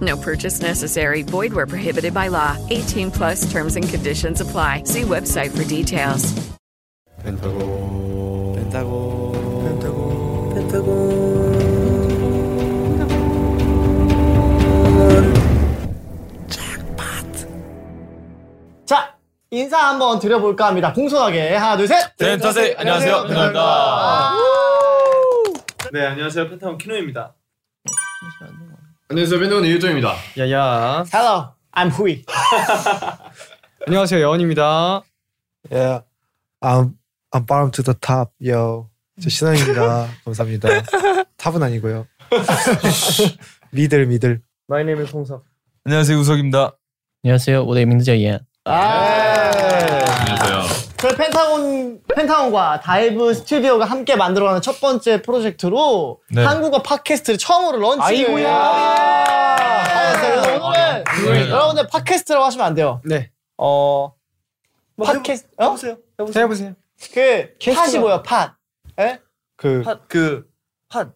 No purchase necessary. Void where prohibited by law. 18 plus terms and conditions apply. See website for details. 펜타곤 펜타곤 펜타곤 자 인사 한번 드려볼까 합니다. 공손하게 하나 둘 셋. 네, 펜타세 네, 안녕하세요 펜타곤입니다 네 안녕하세요 펜타곤 키노입니다. 안녕하세요, 밴드건 이유정입니다. 야야. Hello, I'm Hui. 안녕하세요 여원입니다. 예 I'm I'm bottom to the top yo 저 신원입니다 감사합니다 탑은 아니고요 미들 미들 My name is 홍석. 안녕하세요 우석입니다. 안녕하세요. 我的名字叫严. 안녕하세요. 저희 펜타곤 펜타곤과 다이브 스튜디오가 함께 만들어가는 첫 번째 프로젝트로 네. 한국어 팟캐스트를 처음으로 런칭을 하였어요. 그래서 오늘은 여러분들 팟캐스트라고 하시면 안 돼요. 네. 어 팟캐스트 어? 뭐 해보세요. 해보세요. 그 팟이 뭐야 팟? 예? 그 그그팟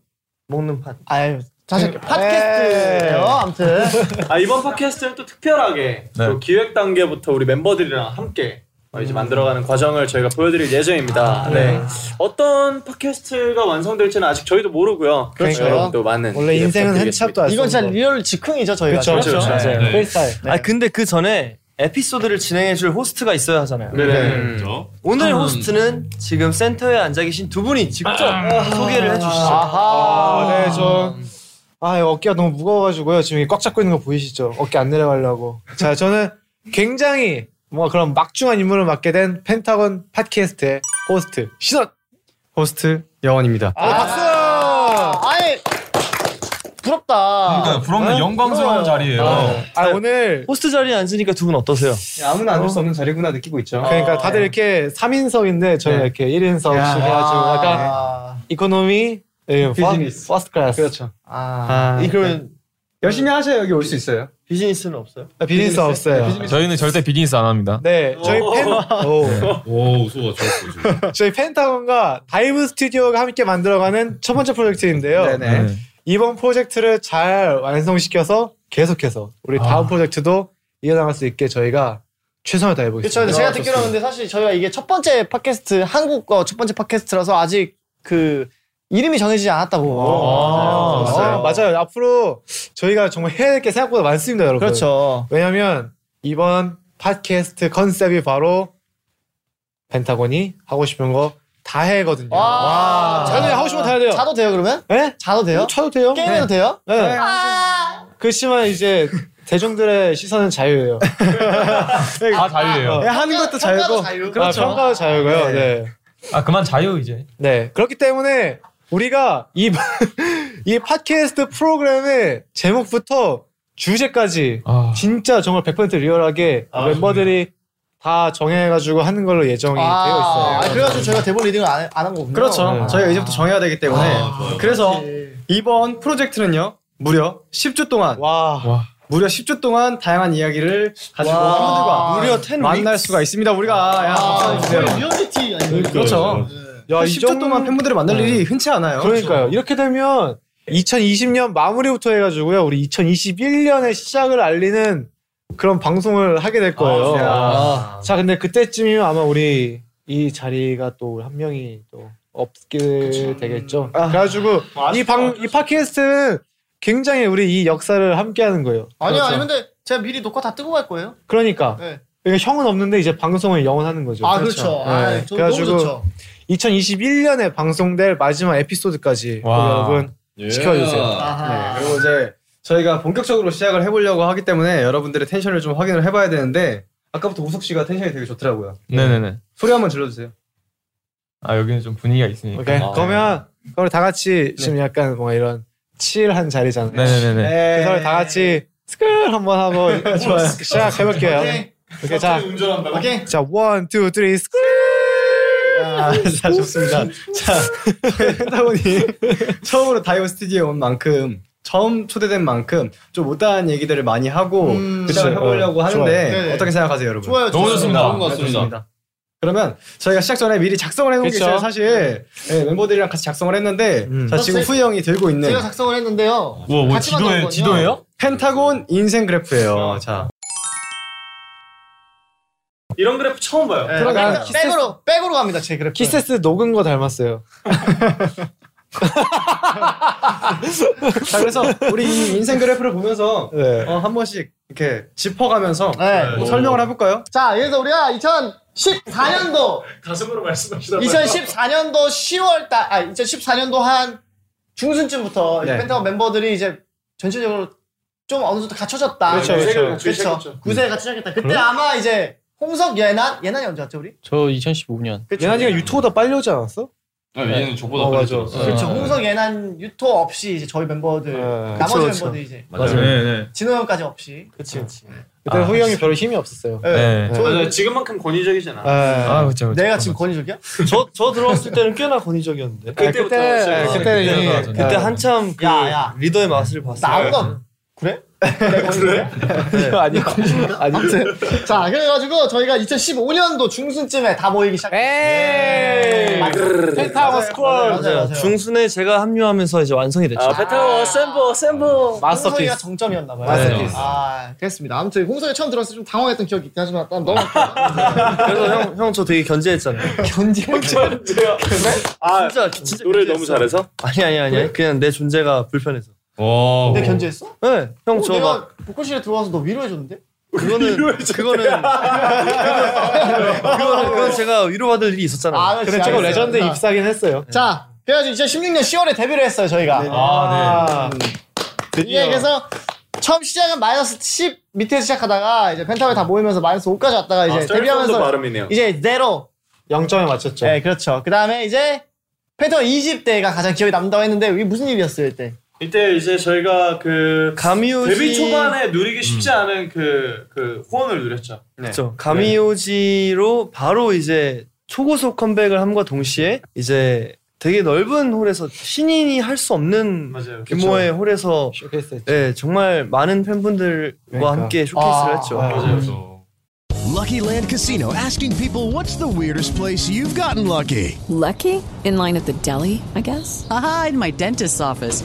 먹는 팟. 그 네. 아유 다시 할게요. 팟캐스트예요. 아무튼 아 이번 팟캐스트는 또 특별하게 또 기획 단계부터 우리 멤버들이랑 함께 어, 이제 만들어가는 과정을 저희가 보여드릴 예정입니다. 네. 어떤 팟캐스트가 완성될지는 아직 저희도 모르고요. 그렇죠. 여러분도 많은 원래 기대 인생은 부탁드리겠습니다. 한참도 안 이건 진짜 리얼 즉흥이죠 저희가. 그쵸, 그렇죠. 그렇죠. 맞아요. 네. 프리스타일. 네. 아 근데 그 전에 에피소드를 진행해줄 호스트가 있어야 하잖아요. 네네. 저 오늘 호스트는 지금 센터에 앉아 계신 두 분이 직접 소개를 해주시죠. 아하 네저아 어깨가 너무 무거워가지고요 지금 이꽉 잡고 있는 거 보이시죠 어깨 안 내려가려고 자 저는 굉장히 뭔가 그런 막중한 임무를 맡게 된 펜타곤 팟캐스트의 호스트 신원 호스트 여원입니다. 아, 박수 아예 부럽다. 그러니까 어? 부럽네 영광스러운 자리예요. 아 오늘 호스트 자리에 앉으니까 두 분 어떠세요? 아무나 앉을 수 없는 자리구나 느끼고 있죠. 그러니까 다들 이렇게 3인석인데 저는 이렇게 1인석씩 해가지고 약간 아, 이코노미, 예, 비즈니스. 퍼스트 클래스. 그렇죠. 아, 이 그러면 열심히 하셔야 여기 올 수 있어요. 비즈니스는 없어요? 아, 비즈니스 없어요. 저희는 절대 비즈니스 안 합니다. 네, 저희 오. 펜, 오. 오, 우소가 좋았어 지금. 저희 펜타곤과 다이브 스튜디오가 함께 만들어가는 첫 번째 프로젝트인데요. 네네. 이번 프로젝트를 잘 완성시켜서 계속해서 우리 다음 프로젝트도 이어나갈 수 있게 저희가 최선을 그렇죠. 다해보겠습니다. 근데 제가 듣기로 는 근데 사실 저희가 이게 첫 번째 팟캐스트 한국어 첫 번째 팟캐스트라서 아직 그 이름이 정해지지 않았다고. 어, 아, 맞아요. 앞으로 저희가 정말 해야 될 게 생각보다 많습니다, 여러분. 그렇죠. 왜냐면 이번 팟캐스트 컨셉이 바로 펜타곤이 하고 싶은 거 다 해거든요. 아. 와. 자네 하고 싶은 거 다 해야 돼요. 자도 돼요 그러면? 네? 자도 돼요? 쳐도 돼요? 게임해도 네. 돼요? 네. 그렇지만 이제 대중들의 시선은 자유예요. 다 자유예요. 아, 네, 하는 평가- 평가도 것도 자유고 자유. 그렇죠. 평가도 자유고요. 네. 네. 아 그만 자유 네, 이제. 그렇기 때문에 우리가 이, 이 팟캐스트 프로그램의 제목부터 주제까지 아, 진짜 정말 100% 리얼하게 아, 멤버들이 다 정해가지고 하는 걸로 예정이 되어 있어요. 아, 아, 그래가지고 저희가 대본 리딩을 안 한 거군요. 그렇죠. 네. 아, 저희가 아, 이제부터 정해야 되기 때문에 그래서 예. 이번 프로젝트는요 무려 10주 동안 와. 무려 10주 동안 다양한 이야기를 가지고 와. 팬들과 무려 10 만날 수가 있습니다. 우리가 야, 네. 아, 박수 거의 주세요. 리얼리티 아니에요? 그렇죠. 야, 이 10주 정도- 동안 팬분들을 만날 네. 일이 흔치 않아요. 그렇죠. 그러니까요. 이렇게 되면 2020년 마무리부터 해가지고요. 우리 2021년의 시작을 알리는 그런 방송을 하게 될 거예요. 아. 자, 근데 그때쯤이면 아마 우리 이 자리가 또 한 명이 또 없게 되겠죠. 아. 그래가지고 이 방, 이 팟캐스트는 굉장히 우리 이 역사를 함께 하는 거예요. 그렇죠. 아니요, 아니 근데 제가 미리 녹화 다 뜨고 갈 거예요. 그러니까. 네. 그러니까 형은 없는데 이제 방송을 영원하는 거죠. 아, 그렇죠. 아, 네. 저 너무 좋죠. 2021년에 방송될 마지막 에피소드까지 와. 여러분 예. 지켜주세요. 아하. 그리고 이제 저희가 본격적으로 시작을 해보려고 하기 때문에 여러분들의 텐션을 좀 확인을 해봐야 되는데 아까부터 우석 씨가 텐션이 되게 좋더라고요. 네네네. 소리 한번 질러주세요. 아 여기는 좀 분위기가 있으니까. 오케이. 그러면 네. 그걸 다 같이 지금 약간 뭔가 이런 칠한 자리잖아요. 네네네네. 그걸 다 같이 스쿨 한번 하고 네. 시작해볼게요. 오케이, 자, 운전한다고. 자, 원, 투, 쓰리, 스쿨. 아, 자, 좋습니다. 자, 저희 펜타곤이 처음으로 다이브 스튜디오에 온 만큼, 처음 초대된 만큼 좀 못다한 얘기들을 많이 하고 음, 시작을 그쵸. 해보려고 어, 하는데 좋아요. 네네. 어떻게 생각하세요, 여러분? 좋아요. 너무 좋습니다. 좋은 것 네, 같습니다. 좋습니다. 그러면 저희가 시작 전에 미리 작성을 해놓은 게 그쵸. 있어요, 사실. 네, 멤버들이랑 같이 작성을 했는데, 음. 자, 지금 제- 후이 형이 들고 있는 제가 작성을 어, 했는데요. 우와, 뭐뭐 같이 만든 거군요. 펜타곤 인생 어. 그래프예요. 자, 이런 그래프 처음 봐요. 네, 그러니까 일단 키스- 백으로 백으로 갑니다. 제 그래프. 키세스 녹은 거 닮았어요. 자 그래서 우리 이 인생 그래프를 보면서 네. 아, 어, 한 번씩 이렇게 짚어가면서 네. 뭐 설명을 해볼까요? 자, 그래서 우리가 2014년도 가슴으로 말씀하시다. 2014년도 10월 달, 아, 2014년도 한 중순쯤부터 네. 펜타곤 멤버들이 이제 전체적으로 좀 어느 정도 갖춰졌다. 그렇죠, 그렇죠. 그렇죠. 구세가 갖춰졌겠다. 그때 아마 이제 홍석 예난, 예난이 언제 왔죠, 우리? 저 2015년. 예나니가 유토보다 빨리 오지 않았어? 아, 얘는 저보다 어, 빨리 맞아. 들었어요. 그렇죠. 아, 홍석 예난 유토 없이 이제 저희 멤버들, 네. 나머지 그쵸, 그쵸. 멤버들 이제 맞아요. 네네. 진호 형까지 없이. 그렇죠. 그치, 그치. 그때 아. 후이 형이 별로 힘이 없었어요. 네. 저, 맞아 지금만큼 권위적이잖아. 아, 아 그렇죠. 네. 내가 지금 권위적이야? 저, 저 들어왔을 때는 꽤나 권위적이었는데. 그때부터 시작해서. 그때 그때 그때부터 형이- 하죠. 네. 그때 한참 그 네, 야, 야. 리더의 맛을 봤어요. 나 아무도 그래? 그래? 아니 아니 자, 그래가지고 저희가 2015년도 중순쯤에 다 모이기 시작했어요. 맞아요. 펜타곤 스쿼드. 맞아요, 맞아요. 중순에 제가 합류하면서 이제 완성이 됐죠. 아 페타워 셈보 셈보. 아, 홍성이가 정점이었나 봐요. 마스터피스. 아, 그랬습니다. 아무튼 홍성이 처음 들었을 때 좀 당황했던 기억이 있긴 하지만 일단 너무 그래서 형, 형 저 되게 견제했잖아요. 진짜 아 진짜, 진짜. 노래 너무 잘해서. 아니, 아니, 아니. 그냥 내 존재가 불편해서. 와. 내 견제했어? 네, 어, 형, 저 내가 막, 보컬실에 들어와서 너 위로해줬는데? 그거는, 그거는, 그거는, 그건 제가 위로받을 일이 있었잖아요. 아, 근데 조금 레전드 입사. 입사긴 했어요. 네. 자, 그래가지고 2016년 10월에 데뷔를 했어요 저희가. 네, 아, 네. 이게 그래서 처음 시작은 마이너스 10 밑에서 시작하다가 이제 펜타곤이 다 모이면서 마이너스 5까지 왔다가 아, 이제 데뷔하면서 네, 데뷔하면서 발음이네요. 이제 제로. 0점에 맞췄죠. 네, 그렇죠. 그 다음에 이제 펜타곤 20대가 가장 기억에 남다고 했는데 이게 무슨 일이었어요 이때? 이때 이제 저희가 그 가미오지. 데뷔 초반에 누리기 쉽지 않은 그, 그 호언을 누렸죠. 그렇죠. 가미오지로 바로 이제 초고속 컴백을 함과 동시에 이제 되게 넓은 홀에서 신인이 할 수 없는 맞아요. 규모의 홀에서 쇼케이스 했죠. 네, 정말 많은 팬분들과 그러니까. 함께 쇼케이스를 아, 했죠. 아. 맞아요. Lucky Land Casino asking people what's the weirdest place you've gotten lucky? Lucky? In line at the deli, I guess? Aha, in my dentist's office.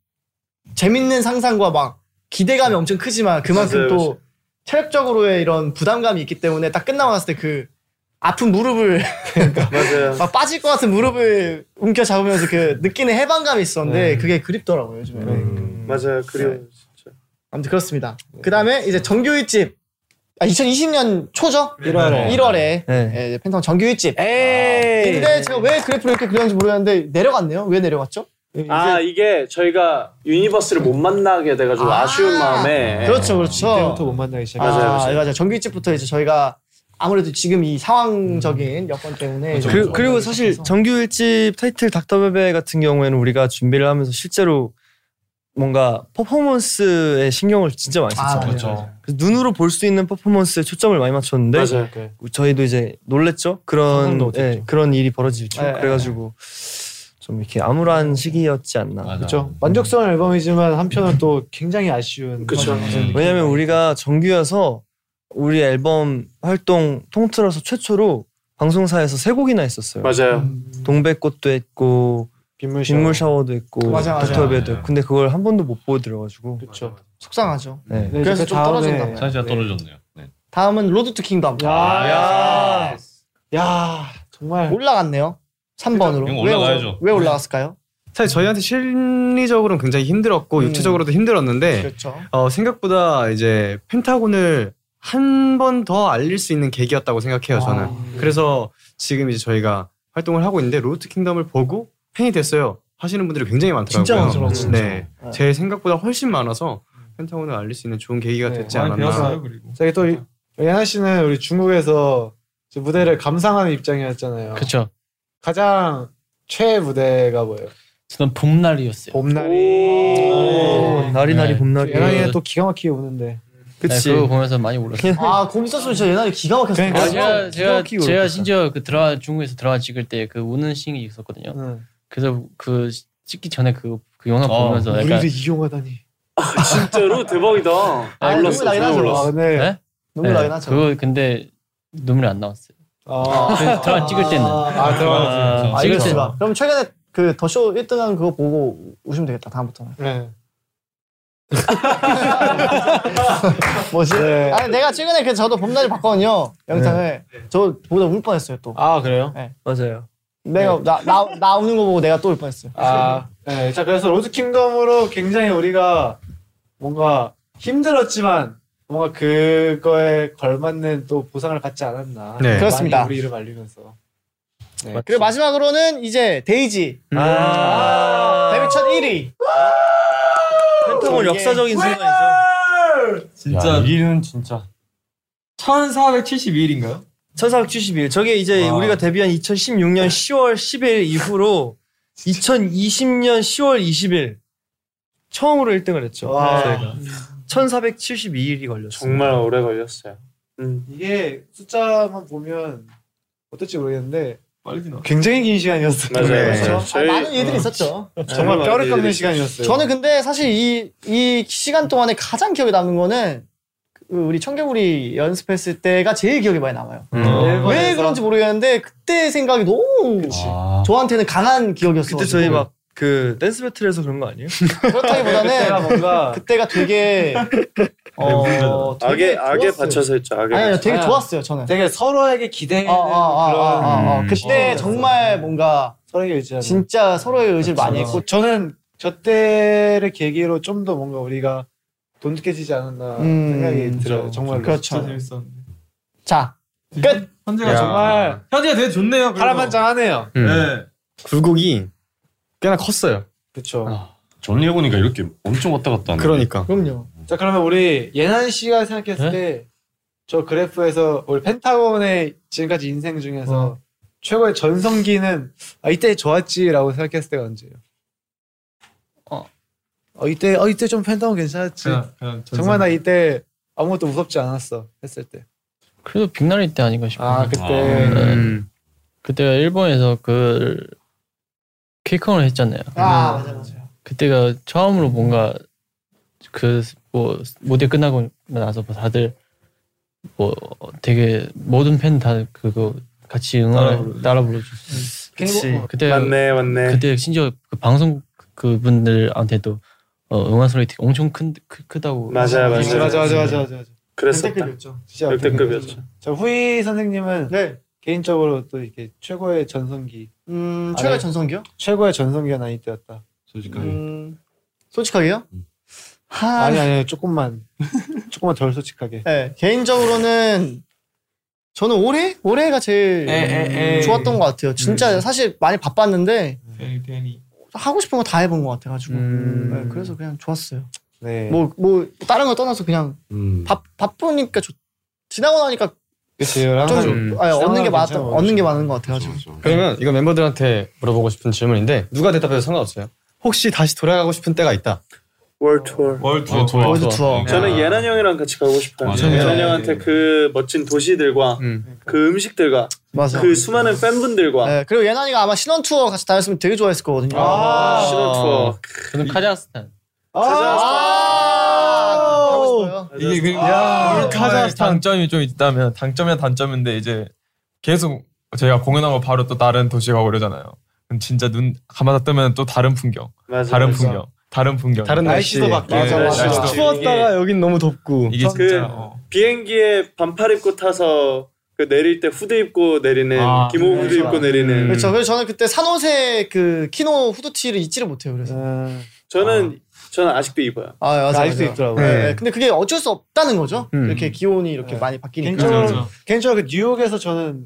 재밌는 상상과 막 기대감이 음. 엄청 크지만 그만큼 맞아요, 또 맞아요. 체력적으로의 이런 부담감이 있기 때문에 딱 끝나고 났을 때 그 아픈 무릎을 맞아요. 막 빠질 것 같은 무릎을 움켜 잡으면서 그 느끼는 해방감이 있었는데 그게 그립더라고요 요즘에. 맞아요. 그리워. 네. 아무튼 그렇습니다. 그 다음에 이제 정규 1집. 아, 2020년 초죠? 네. 일월에. 1월에. 예, 이제 팬텀 정규 1집. 네. 근데 제가 왜 그래프를 이렇게 그렸는지 모르겠는데 내려갔네요. 왜 내려갔죠? 아 이게 저희가 유니버스를 못 만나게 돼가지고 아~ 쉬운 마음에 그렇죠, 그렇죠. 그때부터 못 만나기 시작. 맞아요, 아, 맞아요. 맞아요. 정규 1집부터 이제 저희가 아무래도 지금 이 상황적인 여건 때문에. 이제 그, 그리고 사실 정규 일집 타이틀 닥터베베 같은 경우에는 우리가 준비를 하면서 실제로 뭔가 퍼포먼스에 신경을 진짜 많이 썼잖아요. 맞아요, 그렇죠. 그래서 눈으로 볼 수 있는 퍼포먼스에 초점을 많이 맞췄는데 맞아요. 그 저희도 이제 놀랬죠. 상상도 그런 못했죠. 네, 예, 그런 일이 벌어지죠. 예, 그래가지고 좀 이렇게 음. 암울한 시기였지 않나. 아. 그렇죠. 만족스러운 앨범이지만 한편은 또 굉장히 아쉬운. 왜냐면 우리가 정규여서 우리 앨범 활동 통틀어서 최초로 방송사에서 세 곡이나 했었어요. 맞아요. 동백꽃도 했고 빗물, 샤워. 도 했고 맞아, 맞아. 닥터베도 했고 근데 그걸 한 번도 못 보여드려가지고 그렇죠. 속상하죠. 네. 그래서 좀 떨어진다. 봐요. 사실 떨어졌네요. 다음은 로드 투 킹덤. 야. 야 정말 올라갔네요. 3번으로. 이건 왜, 올라가야죠. 왜 올라갔을까요? 사실 저희한테 심리적으로는 굉장히 음. 힘들었고 육체적으로도 네. 힘들었는데 그렇죠. 어, 생각보다 이제 펜타곤을 한 번 더 알릴 수 있는 계기였다고 아, 생각해요 저는. 네. 그래서 지금 이제 저희가 활동을 하고 있는데 로드 킹덤을 보고 팬이 됐어요 하시는 분들이 굉장히 많더라고요. 진짜 많더라고요, 진짜. 네, 제 생각보다 훨씬 많아서 펜타곤을 알릴 수 있는 좋은 계기가 됐지 많이 않았나. 배웠어요, 그리고. 네, 저기 또 이- 예나 씨는 우리 중국에서 저 무대를 감상하는 입장이었잖아요. 그렇죠. 가장 최애 무대가 뭐예요? 저는 봄날이었어요. 봄날이. 날이 날이 봄날이. 예나이가 또 기가 막히게 우는데. 그치. 네, 그거 보면서 많이 울었어요. 아, 곰 있었으면 진짜 옛날에 기가 막혔을 아, 제가 거예요. 제가 제가 심지어 그 드라 중국에서 드라마 찍을 때 그 우는 씬이 있었거든요. 그래서 그 찍기 전에 그 그 영화 보면서 우리를 약간 네, 이용하다니. 진짜로 대박이다. 아, 몰랐어, 눈물 나긴 전혀 하죠. 몰랐어. 아, 근데 네? 눈물 네, 나긴 하죠. 그거 근데 눈물이 안 나왔어요. 그 드라마 찍을 때는. 아, 드라마 찍을 찍을 때는. 때. 그럼 최근에 그 더 쇼 1등한 그거 보고 우시면 되겠다. 다음부터는. 네. 뭐지? 네. 아니 내가 최근에 그 저도 봄날이 봤거든요 영상을 네. 저 보다 울 뻔했어요 또. 아 그래요? 네. 맞아요. 내가 나 나 나 우는 거 보고 내가 또 울 뻔했어요. 아, 네. 자, 그래서 로드 킹덤으로 굉장히 우리가 뭔가 힘들었지만 뭔가 그거에 걸맞는 또 보상을 받지 않았나. 네. 많이 그렇습니다. 우리 이름 알리면서. 네. 그리고 마지막으로는 이제 데이지 아. 데뷔 첫 1위. 펜타곤 역사적인 순간이죠. 진짜. 진짜 일은 진짜 1471인가요? 1471. 저게 이제 와. 우리가 데뷔한 2016년 10월 10일 이후로 2020년 10월 20일 처음으로 1등을 했죠. 와. 아. 네. 저희가. 1472일이 걸렸어요. 정말 오래 걸렸어요. 이게 숫자만 보면 어떨지 모르겠는데 굉장히 긴 시간이었어요. 맞아요. 네. 맞아요. 그렇죠? 네, 저희- 네, 많은 일들이 있었죠. 정말 뼈를 깎는 시간이었어요. 저는 근데 사실 이, 이 시간 동안에 가장 기억에 남는 거는 그 우리 청개구리 연습했을 때가 제일 기억에 많이 남아요. 음. 네, 어. 왜 그런지 모르겠는데 그때 생각이 너무 저한테는 강한 기억이었어요. 그때 저희 막 그 댄스 배틀에서 그런 거 아니에요? 그렇다기보다는 그때가 되게 어, 악에 악에 좋았어요. 받쳐서 했죠. 악에. 아니, 아니 받쳐서. 되게 좋았어요 저는. 어, 되게 서로에게 기대는 아, 그런 그때 어, 정말 뭔가 서로에게 의지하는. 진짜 서로의 의지를 많이 그렇죠. 했고 저는 저 때를 계기로 좀 더 뭔가 우리가 돈독해지지 않았나 음, 생각이 들어요. 정말로. 그렇죠. 진짜 재밌었는데. 자, 끝. 현재가 정말 현재가 되게 좋네요. 그래도. 파란만장하네요. 음. 네. 굴곡이 꽤나 컸어요. 그렇죠. 전리 해보니까 이렇게 엄청 왔다 갔다 하는. 그러니까. 그럼요. 자 그러면 우리 예난 씨가 생각했을 때 저 그래프에서 우리 펜타곤의 지금까지 인생 중에서 최고의 전성기는 아 이때 좋았지라고 생각했을 때가 언제예요? 어. 어 이때 어 이때 좀 펜타곤 괜찮았지. 그냥- 그냥 전성기. 정말 나 이때 아무것도 무섭지 않았어 했을 때. 그래도 빅나리 때 아닌가 싶어요. 아 그때 네. 그때가 일본에서 그 케이크콘을 했잖아요. 아 음. 맞아 맞아. 그때가 처음으로 뭔가 그 뭐 무대 끝나고 나서 뭐 다들 뭐 되게 모든 팬 다 그거 같이 응원을 따라 부르죠. 그치. 그때 맞네, 맞네. 그때 심지어 그 방송 그분들한테도 어, 응원 소리 되게 엄청 큰 크, 크다고. 맞아요, 네, 맞아요. 그렇죠. 맞아 맞아 맞아 맞아. 맞아. 그랬었다. 역대급이었죠. 진짜 역대급이었죠. 자 후이 선생님은 네. 개인적으로 또 이렇게 최고의 전성기 음, 아, 네. 최고의 전성기요? 최고의 전성기가 나 이때였다. 솔직하게. 음, 솔직하게요? 하... 아니 아니 조금만 조금만 덜 솔직하게. 네, 개인적으로는 저는 올해 올해가 제일 에, 에. 좋았던 것 같아요. 진짜 음. 사실 많이 바빴는데 괜히 괜히. 하고 싶은 거 다 해본 것 같아가지고 네, 그래서 그냥 좋았어요. 네. 뭐 뭐 다른 거 떠나서 그냥 음. 바, 바쁘니까 좋- 지나고 나니까 그치요. 좀 아니, 얻는 게 많았던 괜찮아요. 얻는 게 많은 것 같아가지고 그러면 이거 멤버들한테 물어보고 싶은 질문인데 누가 대답해도 상관없어요. 혹시 다시 돌아가고 싶은 때가 있다. 월 투어. 월 투어. 월 투어. 월드 투어. 저는 예난 형이랑 같이 가고 싶어요. 맞아요. 음. 예난 형한테 그 멋진 도시들과 그 음식들과 맞아. 그 수많은 팬분들과 네, 그리고 예난이가 아마 신원 투어 같이 다녔으면 되게 좋아했을 아, 거거든요. 아, 신원 투어. 저는 카자흐스탄. 이게 그 아, 아, 야, 몰카자의 단점이 좀 있다면 단점이야 단점인데 이제 계속 제가 공연하고 바로 또 다른 도시 가고 그러잖아요. 그럼 진짜 눈 감아다 뜨면 또 다른 풍경, 맞아, 다른 맞아. 풍경, 다른 풍경, 다른 날씨. 맞아, 맞아. 추웠다가 여긴 너무 덥고. 이게 그 진짜 어. 비행기에 반팔 입고 타서 그 내릴 때 후드 입고 내리는 아, 기모 후드 그렇죠. 입고 내리는 그렇죠. 그래서 저는 그때 산호세 그 키노 후드티를 잊지를 못해요. 그래서. 네. 저는 저는 아직도 입어요. 아, 맞아, 아직도 맞아. 입더라고요. 네. 네. 근데 그게 어쩔 수 없다는 거죠. 음. 이렇게 기온이 이렇게 많이 바뀌니까. 개인적으로 그렇죠. 개인적으로 네. 그 뉴욕에서 저는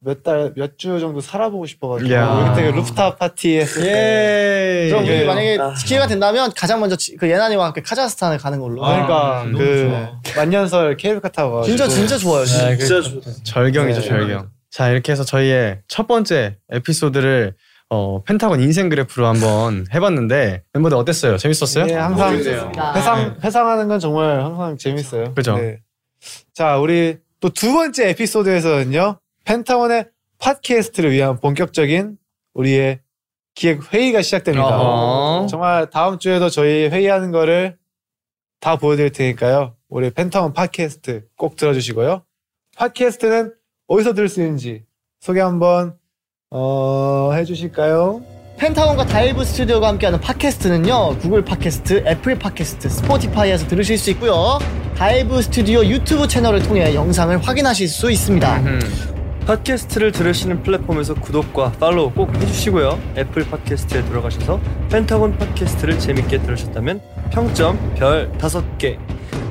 몇 달 몇 주 정도 살아보고 싶어가지고 야. 그때 그 루프탑 파티 했을 때. 그럼 우리 예. 만약에 아. 기회가 된다면 가장 먼저 지- 그 예나니와 함께 카자흐스탄을 가는 걸로. 그러니까 그 만년설 케이블카 타고 가가지고. 진짜 진짜 좋아요. 진짜. 네, 그 진짜 절경이죠 네. 절경. 자 이렇게 해서 저희의 첫 번째 에피소드를 어, 펜타곤 인생 그래프로 한번 해봤는데 멤버들 어땠어요? 재밌었어요? 네. 예, 항상 아. 회상 회상하는 건 정말 항상 재밌어요. 네. 그죠. 자, 우리 또 두 번째 에피소드에서는요. 펜타곤의 팟캐스트를 위한 본격적인 우리의 기획 회의가 시작됩니다. 어허. 정말 다음 주에도 저희 회의하는 거를 다 보여드릴 테니까요. 우리 펜타곤 팟캐스트 꼭 들어주시고요. 팟캐스트는 어디서 들을 수 있는지 소개 한번 어, 해주실까요? 펜타곤과 다이브 스튜디오가 함께하는 팟캐스트는요 구글 팟캐스트, 애플 팟캐스트, 스포티파이에서 들으실 수 있고요 다이브 스튜디오 유튜브 채널을 통해 영상을 확인하실 수 있습니다 팟캐스트를 들으시는 플랫폼에서 구독과 팔로우 꼭 해주시고요. 애플 팟캐스트에 들어가셔서 펜타곤 팟캐스트를 재밌게 들으셨다면 평점 별 5개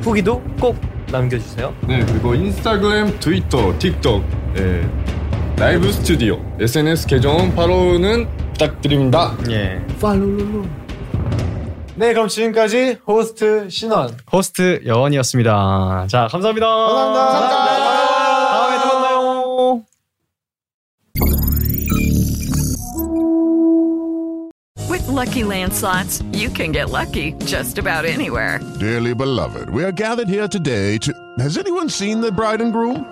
후기도 꼭 남겨주세요. 네, 그리고 인스타그램, 트위터, 틱톡, 예, 라이브 스튜디오, SNS 계정 팔로우는 부탁드립니다. 예. 팔로로로. 네, 그럼 지금까지 호스트 신원. 호스트 여원이었습니다. 자 감사합니다. 다음에 또 만나요. With Lucky Land slots, you can get lucky just about anywhere. Dearly beloved, we are gathered here today to. Has anyone seen the bride and groom?